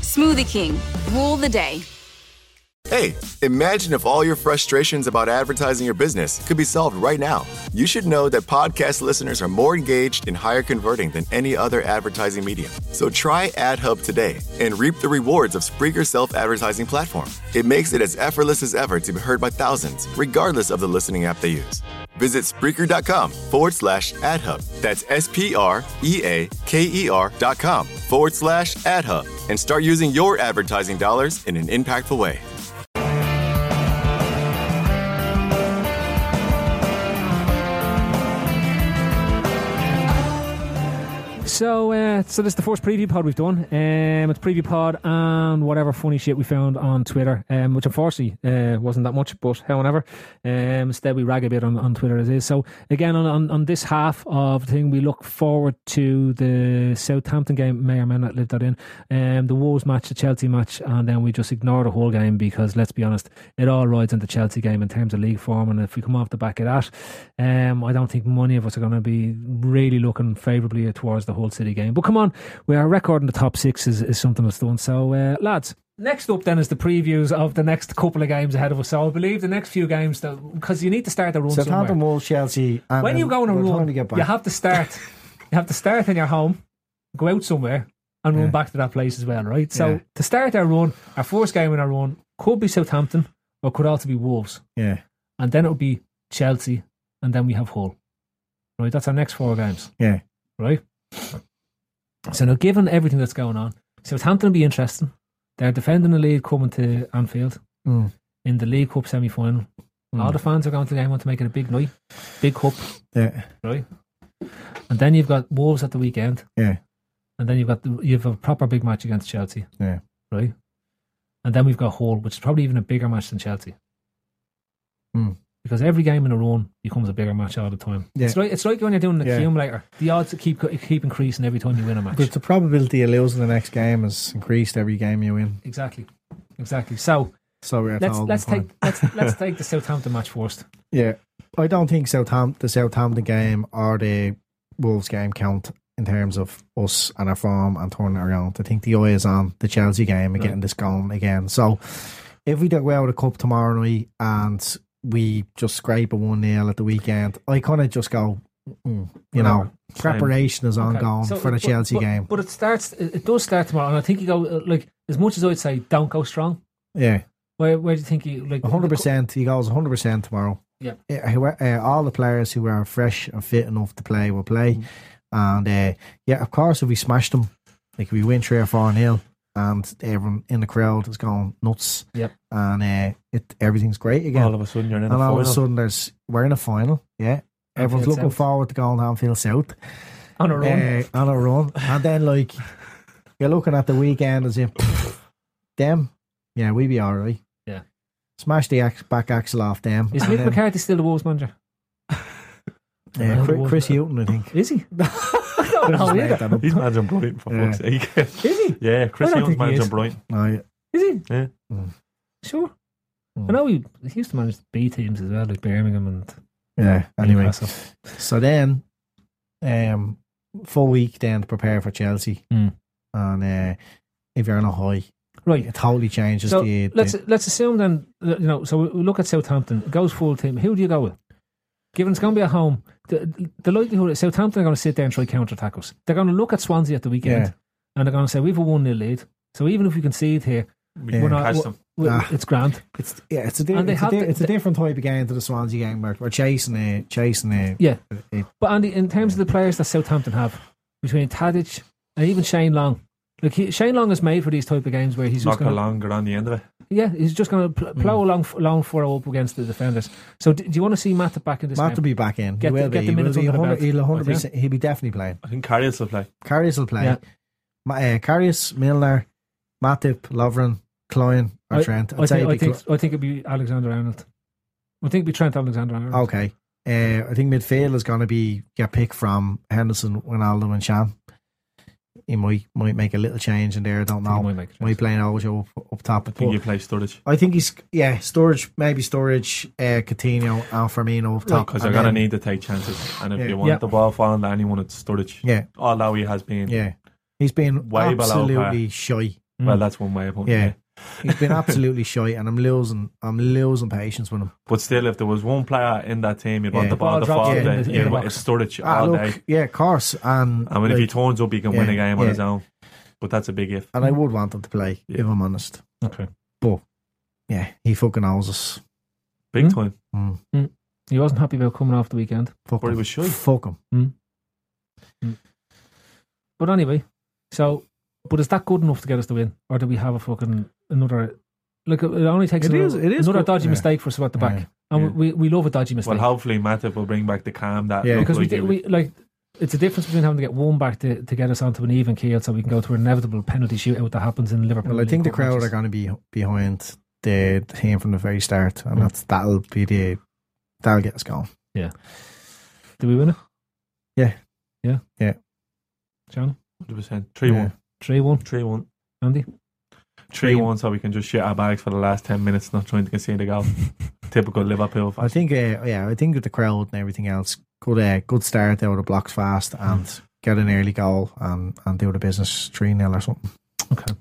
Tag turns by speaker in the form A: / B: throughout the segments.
A: Smoothie King, rule the day.
B: Hey, imagine if all your frustrations about advertising your business could be solved right now. You should know that podcast listeners are more engaged and higher converting than any other advertising medium. So try AdHub today and reap the rewards of Spreaker Self Advertising Platform. It makes it as effortless as ever to be heard by thousands, regardless of the listening app they use. Visit Spreaker.com forward slash AdHub. That's S P R E A K E R dot com forward slash AdHub and start using your advertising dollars in an impactful way.
C: So, uh, so this is the first preview pod we've done. Um, it's preview pod and whatever funny shit we found on Twitter, um, which unfortunately uh, wasn't that much, but however, um, instead we rag a bit on, on Twitter as is. So again, on, on, on this half of the thing, we look forward to the Southampton game. May or may not live that in. Um, the Wolves match, the Chelsea match, and then we just ignore the whole game because let's be honest, it all rides on the Chelsea game in terms of league form. And if we come off the back of that, um, I don't think many of us are going to be really looking favourably towards the whole City game. But come on, we are recording the top six is, is something that's done. So, uh, lads, next up then is the previews of the next couple of games ahead of us. So I believe the next few games, because you need to start the run
D: Southampton,
C: somewhere.
D: Wolves, Chelsea. And
C: When you go on a
D: we're trying
C: run,
D: to get back.
C: you have to start. you have to start in your home, go out somewhere, and run back to that place as well, right? So
D: Yeah.
C: to start our run, our first game in our run could be Southampton, or could also be Wolves,
D: yeah,
C: and then it would be Chelsea, and then we have Hull. Right, that's our next four games
D: yeah.
C: right? So now, given everything that's going on, Southampton will be interesting. They're defending the lead coming to Anfield
D: Mm.
C: in the League Cup semi final.
D: Hmm.
C: All the fans are going to the game, want to make it a big night, big cup,
D: Yeah,
C: right? And then you've got Wolves at the weekend,
D: yeah,
C: and then you've got the, you've a proper big match against Chelsea,
D: yeah.
C: right? And then we've got Hull, which is probably even a bigger match than Chelsea.
D: Mm.
C: Because every game in a run becomes a bigger match all the time.
D: Yeah.
C: It's like it's like when you're doing an
D: Yeah.
C: accumulator. The odds keep keep increasing every time you win a match.
D: But the probability of losing the next game is increased every game you win.
C: Exactly. Exactly. So
D: So we're at
C: let's
D: the
C: let's
D: Alden
C: take let's let's take the Southampton match first.
D: Yeah, I don't think Southampton, the Southampton game or the Wolves game count in terms of us and our form and turning it around. I think the eye is on the Chelsea game and
C: Right.
D: getting this going again. So if we do well with the cup tomorrow night and we just scrape a one 0 at the weekend, I kind of just go, mm, you know, preparation is
C: Okay.
D: ongoing
C: So-
D: for the
C: but-
D: Chelsea
C: but-
D: game.
C: But it starts it it does start tomorrow and I think you go uh, like as much as I'd say don't go strong,
D: yeah.
C: where where do you think you like
D: hundred percent. He goes hundred percent tomorrow.
C: Yeah.
D: Uh, who are- uh, all the players who are fresh and fit enough to play
E: Mm-hmm.
D: eh, will play, and uh, yeah, of course, if we smash them, like if we win three or four nil, and everyone in the crowd is going nuts.
C: Yep.
D: And uh, it everything's great again.
E: All of a sudden, you're in a
D: and all
E: final.
D: of a sudden, there's we're in a final. Yeah. Everyone's
C: Anfield
D: looking
C: South.
D: forward to going to Anfield South
C: on a run.
D: uh, on a run, and then like you're looking at the weekend as if them, yeah, we be all right.
C: Yeah.
D: Smash the ax- back axle off them.
C: Is
D: and
C: Mick
D: then,
C: McCarthy still the Wolves manager?
D: yeah, Chri- Chris, Hewton, I think.
C: Is he? I don't know
D: Just made
C: either.
D: that up.
E: Oh, He's managing Brighton for
D: Yeah.
E: fuck's sake.
C: Is he?
E: yeah, Chris
C: I don't think
E: Young's
C: he
E: managing
C: is.
E: Brighton.
D: No, yeah.
C: Is he?
E: Yeah.
D: Mm.
C: Sure.
D: Mm.
C: I know he, he used to manage the B teams as well, like Birmingham and
D: yeah. Anyway,
C: Newcastle.
D: so then, um, full week then to prepare for Chelsea,
C: Mm.
D: and uh, if you're on a high,
C: Right.
D: it totally changes
C: So
D: the, the-
C: let's let's assume then that, you know. So we we look at Southampton goes full team. Who do you go with? Given it's going to be at home, the, the likelihood that Southampton are going to sit there and try counter tackles. They're going to look at Swansea at the weekend
D: Yeah.
C: and they're going to say we've a one 0 lead. So even if we concede here,
E: We
D: Yeah.
C: we're
E: can
C: not.
E: catch
C: we
E: them.
C: we-
D: Ah.
C: It's grand.
D: it's yeah, it's a, di-
C: And they
D: it's,
C: have
D: a di-
C: the-
D: it's a
C: the-
D: different type of game to the Swansea game where we're chasing it, chasing it.
C: Yeah.
D: it-
C: But Andy, in terms of the players that Southampton have between Tadic and even Shane Long, like he, Shane Long is made for these type of games where he's just
E: Knock
C: going to
E: along around the end of it.
C: Yeah, he's just going to pl-
D: Mm.
C: plow along, along for up against the defenders. So, do, do you want to see Matt back in this
D: Matt
C: game?
D: will be back in.
C: Get
D: he
C: the-
D: will
C: get
D: be.
C: the
D: he will
C: minutes
D: be
C: under the
D: 100,
C: belt.
D: he'll 100%,
C: Oh,
D: he'll be definitely playing.
E: I think Carrius will play.
D: Carrius will play.
C: Yeah.
D: Ma- uh, Carrius, Milner, Matip, Lovren, Klein, or
C: I-
D: Trent. I'd
C: I
D: say
C: think,
D: it'd
C: I,
D: be
C: think, I think it'd be Alexander Arnold. I think it'd be Trent Alexander Arnold.
D: Cl- okay. Uh, I think midfield is going to be get picked from Henderson, Wijnaldum, and Sham. He might might make a little change in there. I don't
C: I think
D: know.
C: he might make a
D: Might be playing Ojo up, up top.
E: I think
D: but
E: you play Sturridge.
D: I think he's yeah. Storage maybe storage. Uh, Coutinho and Firmino up top
E: Because
D: and
E: they're going to
D: then-
E: need to take chances. And if
D: Yeah.
E: you want
C: Yeah.
E: the ball falling to anyone, it's Sturridge.
D: Yeah,
E: Although he has been.
D: yeah. He's been
E: Way below par.
D: absolutely shy.
E: Well, that's one way of putting
D: Yeah.
E: it.
D: He's been absolutely shy, and I'm losing. I'm losing patience with him.
E: But still, if there was one player in that team you'd want
D: Yeah.
E: the ball to
C: Ball
E: fall
D: dropped
E: to,
D: in the-
E: you'd
D: in the
E: want-
C: box.
E: it's Sturridge
D: Ah,
E: all
D: look,
E: day.
D: yeah, of course. And
E: Oh, I mean, if he
D: like,
E: turns up, he can win a
D: Yeah,
E: game on
D: yeah.
E: his own. But that's a big if.
D: and I would want him to play,
E: Yeah.
D: if I'm honest.
C: Okay.
D: Yeah, he fucking owes us.
E: Big
C: Hmm?
E: time.
D: Mm.
C: He wasn't happy about coming off the weekend.
D: Fuck
E: Or he
D: him.
E: was shy.
D: Fuck him.
C: But anyway, so, but is that good enough to get us to win? Or do we have a fucking another. Like, it only takes
D: It
C: another,
D: is- it is
C: another
D: good-
C: dodgy
D: yeah.
C: mistake for us at the back.
D: Yeah.
C: And
E: Yeah.
C: we, we love a dodgy mistake.
E: Well, hopefully, Matip will bring back the calm that
D: Yeah.
E: looked
C: because we,
E: like
C: did,
E: he
C: we like it's a difference between having to get one back to, to get us onto an even keel so we can go to an inevitable penalty shootout that happens in Liverpool.
D: Well, I
C: League
D: think the
C: Cup
D: crowd
C: matches.
D: are going to be behind the team from the very start, and that's that'll be the that'll get us going.
C: Do we win it?
D: Yeah.
C: Yeah.
D: Yeah.
C: John,
E: 100%. 3 1.
C: 3 1.
E: 3 1.
C: Andy?
E: 3 1, so we can just shit our bags for the last 10 minutes, not trying to concede a goal. Typical Liverpool.
D: I
E: fashion.
D: think, uh, yeah, I think with the crowd and everything else, good, uh, good start out of the blocks fast and get an early goal and and do the business three 0 or something.
C: Okay.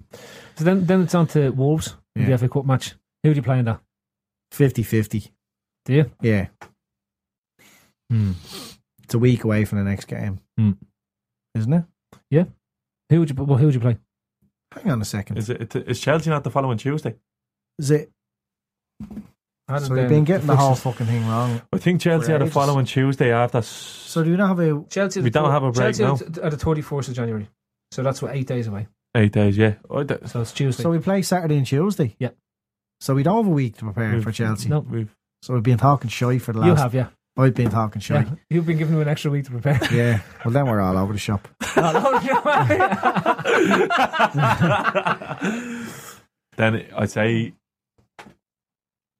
C: So then then it's on to Wolves in
D: Yeah.
C: the FA Cup match. Who do you play in that?
D: 50-50.
C: Do you?
D: Yeah, it's a week away from the next game,
C: Hmm.
D: isn't it?
C: Who would you well, who would you play?
D: Hang on a second.
E: Is, it, is Chelsea not the following Tuesday?
D: Is it? So we've been getting the whole fucking thing wrong.
E: I think Chelsea
D: For
E: are the
D: ages.
E: following Tuesday after. s-
D: So do you not have a?
C: Chelsea.
E: We the don't tw- have a break Chelsea now.
C: Chelsea at the twenty fourth of January, so that's what eight days away.
E: eight days, yeah. I d-
C: So it's Tuesday.
D: So we play Saturday and Tuesday.
C: Yeah.
D: So we don't have a week to prepare
E: We've-
D: for Chelsea.
C: no,
E: We've,
D: So we've been talking shy for the last.
C: you have, yeah.
D: I've been talking shy.
C: yeah. You've been given an extra week to prepare. Oh,
D: Yeah. Well, then we're all over the shop.
E: then I'd say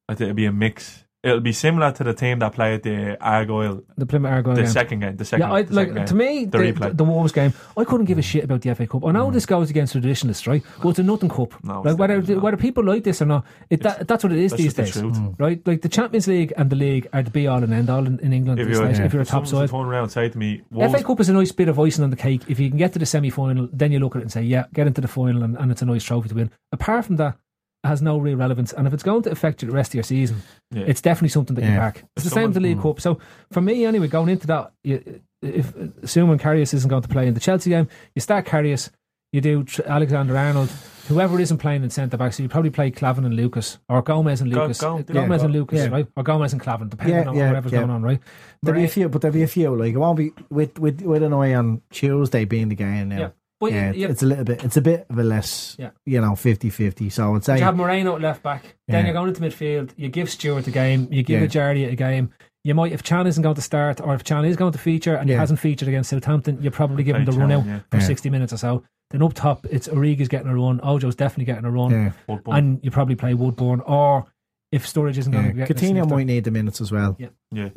E: I think it'll be a mix. It'll be similar to the team that played the Argyle,
C: the Plymouth Argyle
E: the
C: game.
E: second game. The second,
C: Oh, yeah, I,
E: the
C: like
E: second
C: to
E: game.
C: me,
E: The
C: the,
E: replay. Mm.
C: the, Wolves game, I couldn't give a shit about the FA Cup. I know this goes against traditionalists, right? But it's a nothing cup.
E: No, it's
C: like whether
E: definitely not.
C: whether people like this or not, it, that, that's what it is
E: That's
C: these
E: just the
C: days,
E: truth.
C: right? Like the Champions League and the league are the be all and end all in, in England.
E: If
C: If you're,
E: you're-
C: days,
E: yeah.
C: if you're a top
E: Someone
C: side,
E: turned around and said to me,
C: FA
E: Wolves-
C: Cup is a nice bit of icing on the cake. If you can get to the semi final, then you look at it and say, yeah, get into the final, and, and it's a nice trophy to win. Apart from that. It has no real relevance, and if it's going to affect you the rest of your season,
E: Yeah.
C: it's definitely something that you
D: Yeah.
C: back. It's the
E: If
C: same with the
E: someone-
C: League Cup. So for me, anyway, going into that, you, if assuming Carrius isn't going to play in the Chelsea game, you start Carrius, you do Tr- Alexander Arnold, whoever isn't playing in centre back, so you probably play Clavin and Lucas or Gomez and
E: Go-
C: Lucas,
E: go-
C: Gomez
E: yeah,
C: and
E: go-
C: Lucas,
D: yeah.
C: right? Or Gomez and Clavin, depending
D: Yeah,
C: on
D: yeah,
C: whatever's
D: yeah.
C: going on, right?
D: There'll be a
C: Right.
D: few, but there'll be a few. Like it won't be with with with an eye on Tuesday being the game now.
C: Yeah. But
D: yeah,
C: you, you,
D: it's a little bit, it's a bit of a less,
C: Yeah.
D: you know, 50-50. So I'd
C: you
D: say,
C: have Moreno at left back. Then
D: Yeah.
C: you're going into midfield. You give Stewart a game. You give
D: Yeah.
C: Ajaria a game. You might, if Chan isn't going to start, or if Chan is going to feature and he
D: Yeah.
C: hasn't featured against Southampton, you probably give him the
E: Play
C: run
E: Chan,
C: out
E: yeah.
C: for
D: Yeah.
C: 60 minutes or so. Then up top, it's Origi's getting a run. Ojo's definitely getting a run.
D: yeah,
E: But- but-
C: And you probably play Woodbourne, or if Sturridge isn't
D: yeah.
C: going to get
D: Coutinho might need the minutes as well.
C: Yeah.
E: yeah.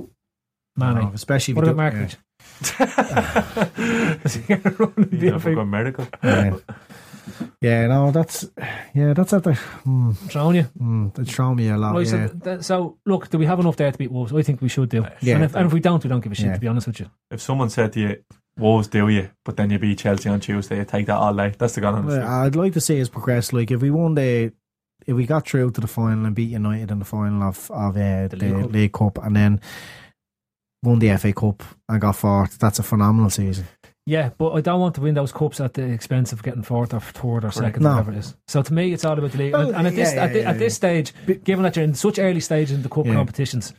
C: Mane.
D: Oh, especially if
C: What
D: you
C: about
D: do-
C: Markovic? Is he gonna run and be
E: He's
C: a
E: a
C: big
E: fucking miracle.
D: Yeah. yeah, no, that's yeah, that's at the mm,
C: drone, yeah?
D: mm, that's thrown me a lot.
C: Right, so
D: yeah.
C: th- th- so, look, do we have enough there to beat Wolves? I think we should do.
D: Yeah.
C: And, if, and if we don't, we don't give a shit.
D: Yeah.
C: To be honest with you,
E: If someone said to you, Wolves do you, but then you beat Chelsea on Tuesday, you take that all day. That's the gun on the
D: Well, I'd like to see us progress. Like if we won the, if we got through to the final and beat United in the final of of uh, the,
C: League
D: League,
C: Cup.
D: Cup, and then won the FA Cup and got fourth, that's a phenomenal season.
C: yeah. But I don't want to win those cups at the expense of getting fourth or third or second,
D: No.
C: or whatever it is. So to me, it's all about the league. and,
D: Well,
C: and at this
D: yeah,
C: at, thi-
D: yeah,
C: at this stage, given that you're in such early stages in the cup
D: Yeah.
C: competitions,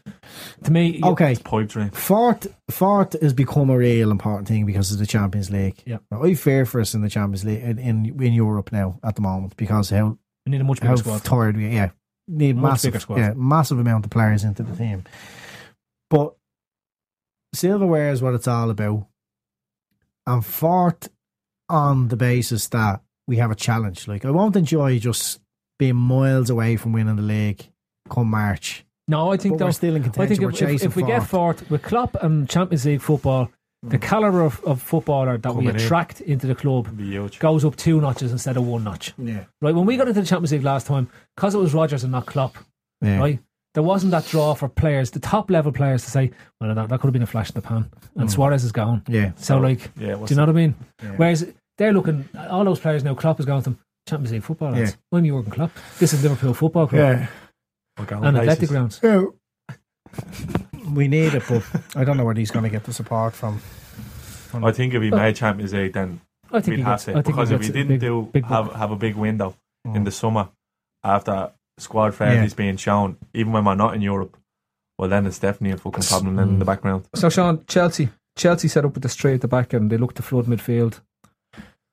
C: to me, you-
D: Okay,
E: pipe dream.
D: Fourth, fourth has become a real important thing because of the Champions League.
C: Yeah.
D: Now, I fear for us in the Champions League in, in in Europe now at the moment because how
C: you need a much
D: how
C: bigger squad.
D: tired we yeah need
C: Much
D: massive
C: bigger squad.
D: yeah massive amount of players into the team. But silverware is what it's all about, and fourth on the basis that we have a challenge. Like I won't enjoy just being miles away from winning the league come March.
C: No, I think
D: But we're
C: those-
D: still in
C: I think
D: contention. We're
C: if, if,
D: chasing
C: if we get
D: fourth. Mm.
C: fourth with Klopp and Champions League football, the caliber of, of footballer that we
E: Coming in.
C: attract into the club
E: Be huge.
C: goes up two notches instead of one notch.
D: Yeah,
C: Right when we got into the Champions League last time, because it was Rodgers and not Klopp,
D: yeah.
C: right? There wasn't that draw for players, the top level players, to say, "Well, that, that could have been a flash in the pan,"
E: Mm.
C: and Suarez is gone.
D: Yeah.
C: So, like,
E: Oh. Yeah,
C: do you know what I mean? Whereas they're looking, all those players now, Klopp is going to them. Champions League football. lads. I'm Jurgen Klopp. This is Liverpool Football Club
D: Yeah.
C: and Athletic Grounds.
D: So we need it, but I don't know where he's going to get the support from.
E: I think if we made Champions League, then
C: I think
E: we'd
C: he
E: have
C: gets, I
E: to.
C: think he
E: Because if
C: gets
E: we
C: a
E: didn't
C: big-
E: do
C: big Mm.
E: have,
C: buck.
E: have a big window in the summer after squad friendlies being shown, even when we're not in Europe, well, then it's definitely a fucking problem in
C: mm.
E: the background.
F: So, Sean, Chelsea. Chelsea set up with the straight at the back and they look to flood midfield,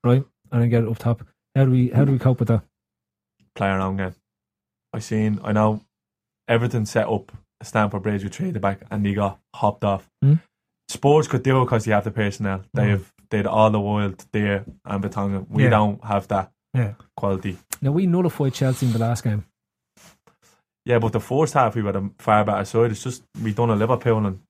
C: right? And then get it up top. How do we how do we cope with that?
E: Play our own game. I seen, I know everything set up, Stamford Bridge with trade the back, and they got hopped off.
C: Mm.
E: Sports could do it because they have the personnel. They
C: Hmm.
E: have they had all the world there and Batonga. We
D: Yeah.
E: don't have that
D: Yeah.
E: quality.
C: Now we nullified Chelsea in the last game.
E: Yeah, but the first half we were the far better side. It's just we done a Liverpool and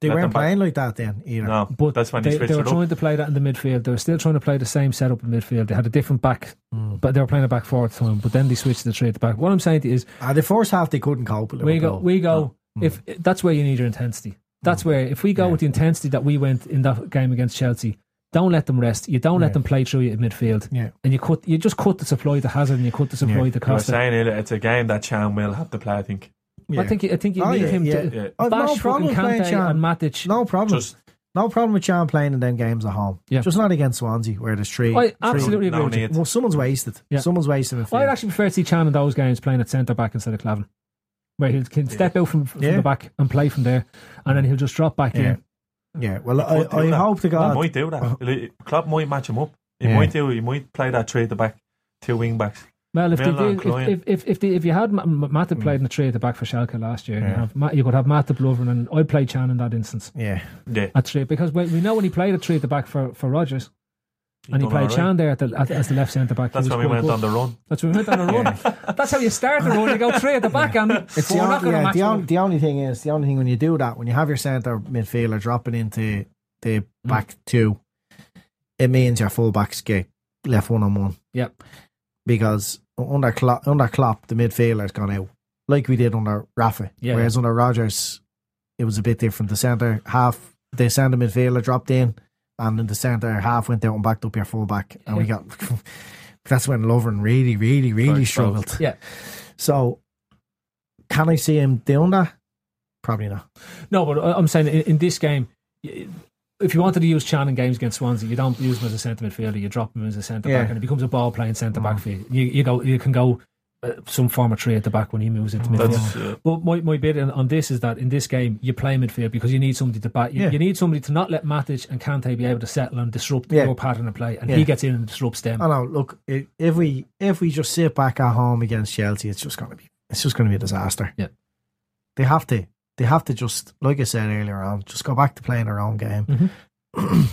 D: They
E: Let them
D: weren't
E: back.
D: playing like that then either.
E: no,
C: But
E: that's when they,
C: they,
E: switched
C: they were
E: it up.
C: trying to play that in the midfield. They were still trying to play the same setup in midfield. They had a different back,
E: Mm.
C: but they were playing a back forward at the time. But then they switched to the trade at the back. What I'm saying to you is,
D: Uh, the first half they couldn't cope with
C: we go,
D: Liverpool.
C: we go. If that's where you need your intensity, that's
E: Mm.
C: where if we go with the intensity that we went in that game against Chelsea, don't let them rest. You don't let them play through you in midfield.
D: Yeah.
C: and you cut, you just cut the supply to Hazard and you cut the supply to
E: You were
C: Costa.
E: saying earlier, it's a game that Chan will have to play. I think
C: I think, I think you
D: Oh,
C: leave
D: yeah,
C: him
D: yeah.
C: to
E: Yeah.
D: I've no
C: bash fucking
D: problem playing
C: Kante
D: Chan.
C: and Matic.
D: no problem.
E: just
D: No problem with Chan playing in them games at home.
C: Yeah.
D: Just not against Swansea where there's three.
C: I
D: three-
C: absolutely agree
E: no
C: with you.
E: need.
D: Well, someone's wasted.
C: Yeah.
D: Someone's wasted. in the
C: I'd
D: field.
C: actually prefer to see Chan in those games playing at centre back instead of Clavin, where he can step out from, from
D: Yeah.
C: the back and play from there, and then he'll just drop back
D: Yeah.
C: in.
D: yeah. Well,
E: He could
D: I,
E: do
D: I
E: that.
D: hope to
E: He
D: God.
E: might do that. He'll- Klopp might match him up. He
D: Yeah.
E: might do. He might play that trade the back, two wing backs.
C: Well, if they
E: Miller
C: did,
E: and
C: if
E: Cloyne.
C: if if, if, they, if you had Ma- Ma-
E: Mm.
C: Matip played in the three at the back for Schalke last year, you,
D: Yeah.
C: have, Ma- you could have Matip Lovren and I'd play Chan in that instance
D: Yeah.
E: Yeah,
C: at three because we, we know when he played at three at the back for for Rodgers and he
E: done all
C: played
E: right.
C: Chan there at the, at, as the left centre back. he
E: That's
C: was
E: when we
C: quite
E: went
C: good.
E: on the run.
C: That's when we went on a run. That's how you start the run. You go three at the back, and
D: It's
C: we're
D: the,
C: not
D: only,
C: going to
D: yeah,
C: match
D: the, on,
C: them.
D: the only thing is the only thing when you do that when you have your centre midfielder dropping into the
C: Mm.
D: back two, it means your full backs get left one on one
C: Yep.
D: because under Klopp, under Klopp the midfielder's gone out like we did under Rafa.
C: Yeah.
D: Whereas under Rogers, it was a bit different. The centre half, the centre midfielder dropped in, and then the centre half went out and backed up your full back, and we got. that's when Lovren really, really, really
E: Very
D: struggled.
C: Yeah.
D: So, can I see him doing that? Probably not.
C: No, but I- I'm saying in, in this game, y- if you wanted to use Chan in games against Swansea, you don't use him as a centre midfielder. You drop him as a centre
D: Yeah.
C: back, and it becomes a ball playing centre back
D: Mm.
C: for you. you. You go, you can go uh, some form of three at the back when he moves into midfield.
E: That's, uh,
C: But my, my bit on, on this is that in this game you play midfield because you need somebody to bat. You,
D: Yeah.
C: you need somebody to not let Matic and Kante be able to settle and disrupt
D: Yeah.
C: your pattern of play, and
D: Yeah. Oh.
C: he gets in and disrupts them.
D: I know. Look, i- if we if we just sit back at home against Chelsea, it's just gonna be it's just gonna be a disaster.
C: Yeah.
D: they have to they have to just like I said earlier on, just go back to playing their own game.
C: Mhm.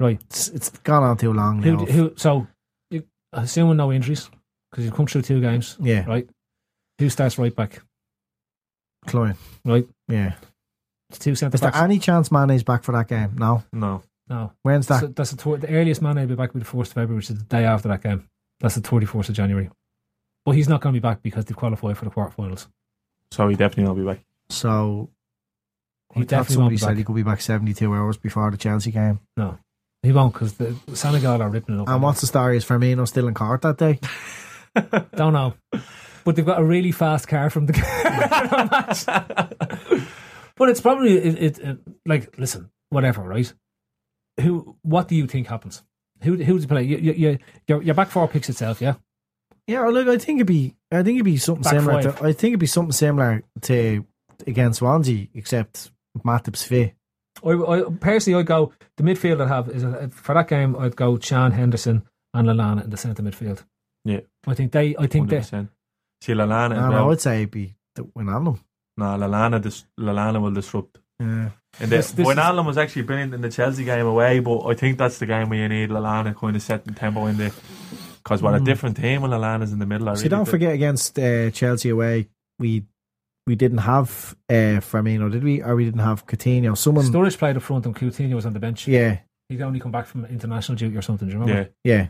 C: Right.
D: it's, it's gone on too long
C: Who,
D: now.
C: who? So, you, assuming no injuries because he's come through two games,
D: yeah,
C: right? Who starts right back?
D: Cloyne.
C: Right,
D: Yeah,
C: it's two centre
D: is there
C: backs.
D: any chance Mane's back for that game? No.
E: no.
C: no,
D: When's that?
C: So that's the, tw- the earliest man will be back will be the fourth of February, which is the day after that game. That's the twenty fourth of January. But he's not going to be back because they've qualified for the quarterfinals.
E: So he definitely not be back.
D: So
C: He
D: I thought
C: definitely won't
D: somebody
C: be
D: said
C: back.
D: he could be back seventy two hours before the Chelsea game.
C: No, he won't because the Senegal are ripping it up.
D: And what's the story? Is Firmino still in court that day?
C: Don't know. But they've got a really fast car from the match. but it's probably it, it, it. Like, listen, whatever, right? Who? What do you think happens? Who? Who's the play? You, you, you, your, your back four picks itself, yeah.
D: Yeah, look, I think it'd be, I think it'd be something
C: Back
D: similar.
C: five.
D: To, I think it'd be something similar to against Swansea, except Matip's fit.
C: I, I personally, I'd go the midfield. I'd have is uh, for that game. I'd go Chan Henderson and Lallana in the centre midfield.
E: Yeah.
C: I think they. I think they.
E: 100%. See, Lalana
D: I
E: as
D: don't know.
E: well.
D: I'd say it'd be the win on them.
E: Nah, Lalana, dis- Lalana will disrupt.
D: Yeah,
E: And
C: This-
E: this,
C: this
E: Wijnaldum was actually brilliant in the Chelsea game away, but I think that's the game where you need Lalana kind of setting tempo in there. Because we're a
C: Mm.
E: different team when Lalana's in the middle. I
D: so
E: really
D: don't
E: think.
D: forget against uh, Chelsea away, we we didn't have uh, Firmino, did we? Or we didn't have Coutinho? Someone,
C: Sturridge played up front and Coutinho was on the bench.
D: yeah,
C: He'd only come back from international duty or something. Do you remember?
E: Yeah.
D: yeah,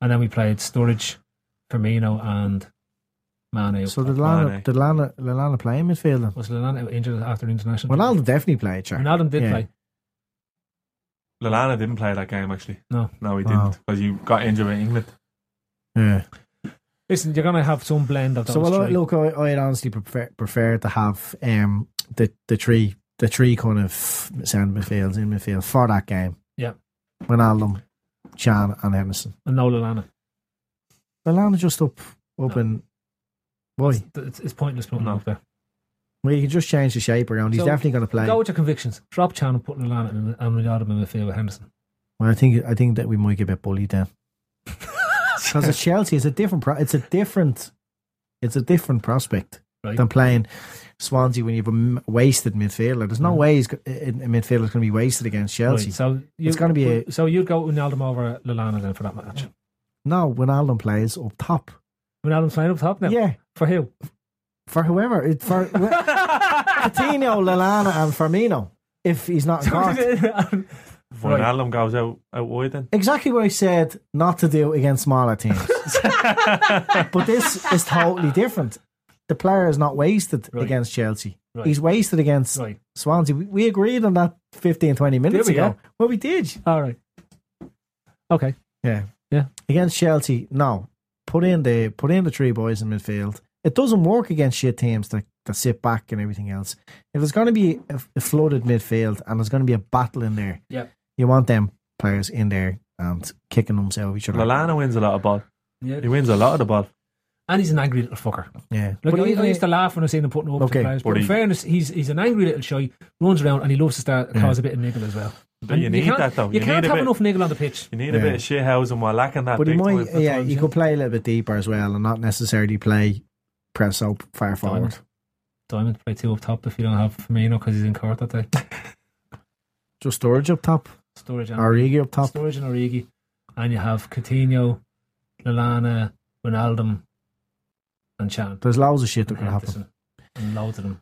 C: And then we played Sturridge, Firmino, and Mane.
D: So did Lana,
E: Mane.
D: did Lana, Lana play in midfield? Then?
C: was Lallana injured after international?
D: Well, Alden definitely played. Sure,
C: Ronaldo did
D: Yeah.
C: play.
E: Lallana didn't play that game, actually.
C: No.
E: No, he
D: Wow.
E: didn't. Because you got injured in England.
D: Yeah.
C: Listen, you're going to have some blend of those.
D: So well, I-
C: three.
D: look, I, I'd honestly prefer, prefer to have um, the the three the three kind of centre midfields in midfield for that game.
C: Yeah.
D: Wijnaldum, Chan, and Henderson.
C: and no Lallana.
D: Lallana just up up
C: No.
D: in. Boy,
C: It's, it's pointless putting
E: No.
C: him up there.
D: well, you can just change the shape around. He's
C: So,
D: definitely going to play.
C: Go with your convictions. Drop Chan and put Lallana in, and Ronaldo in midfield with Henderson.
D: well, I think I think that we might get a bit bullied then. Because at Chelsea, it's a different. Pro- it's a different. It's a different prospect.
C: Right?
D: than playing Swansea when you have a m- wasted midfielder. There's no
C: Mm.
D: way he's go- a a midfielder's going to be wasted against Chelsea.
C: Right, so you,
D: It's gonna be a-
C: so you'd go Ronaldo over Lallana then for that match.
D: No, when Alden plays up top,
C: Ronaldo's playing up top now.
D: yeah,
C: For who?
D: for whoever, it, for Coutinho, Lallana, and Firmino, if he's not in court.
C: right.
E: Wijnaldum goes out, out wide then.
D: Exactly what I said not to do against smaller teams. but this is totally different. The player is not wasted
C: Right.
D: against Chelsea.
C: Right.
D: He's wasted against
C: Right.
D: Swansea. We, we agreed on that 15, 20 minutes
C: we,
D: ago.
C: yeah?
D: Well, we did.
C: All right. Okay.
D: Yeah.
C: Yeah.
D: Against Chelsea, no. Put in the put in the three boys in midfield. It doesn't work against shit teams that, that sit back and everything else. If there's going to be a, a flooded midfield and there's going to be a battle in there,
C: Yeah.
D: you want them players in there and kicking themselves each other.
E: Lallana wins a lot of ball.
C: Yeah.
E: He wins a lot of the ball.
C: And he's an angry little fucker.
D: Yeah.
C: Look,
D: But
C: I, I
D: even-
C: used to laugh when I seen him putting up
D: Okay.
C: the players. But,
E: But
C: in
E: he-
C: fairness, he's he's an angry little shy, runs around, and he loves to start
D: Yeah.
C: cause a bit of niggle as well.
E: But
C: And
E: you need
C: can't-
E: that, though.
C: You,
E: You
C: can't
E: need a
C: have
E: bit-
C: enough niggle on the pitch.
E: You need
D: Yeah.
E: a bit of shithouse and we're lacking that
D: but he
E: big
D: might,
E: time at
D: yeah,
E: times,
D: you
E: yeah.
D: could play a little bit deeper as well and not necessarily play press up far forward.
C: Diamond. Diamond play two up top if you don't have Firmino because he's in court that day.
D: Just storage up top,
C: Storage and
D: Origi up top.
C: Storage and Origi, and you have Coutinho, Lallana, Wijnaldum, and Chan.
D: There's loads of shit that
C: And
D: could happen.
C: Henderson, and loads of them.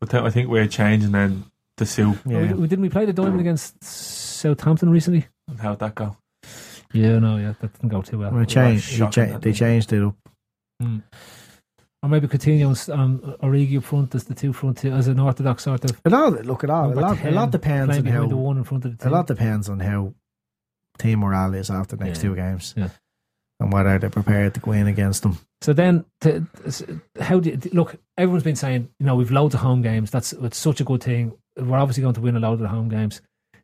E: But then I think we're changing then to Sue
C: Oh,
D: Yeah.
C: we- didn't we play the Diamond against Southampton recently?
E: and how'd that go?
C: Yeah, no, yeah, that didn't go too well.
D: Well, change,
E: shocking, that
D: they
E: was.
D: changed it up.
C: Or maybe Coutinho and um, Origi up front as the two front two, as an orthodox sort of.
D: A lot, look at all. Ah, A
C: number
D: lot, a
C: 10,
D: lot depends
C: playing
D: on
C: behind the
D: how.
C: one in front of the
D: A
C: two.
D: lot depends on how team morale is after the next
C: Yeah.
D: two games,
C: Yeah.
D: and whether they're prepared to go in against them.
C: So then, to, s- how do you, look? Everyone's been saying, you know, we've loads of home games. That's it's such a good thing. We're obviously going to win a load of the home games.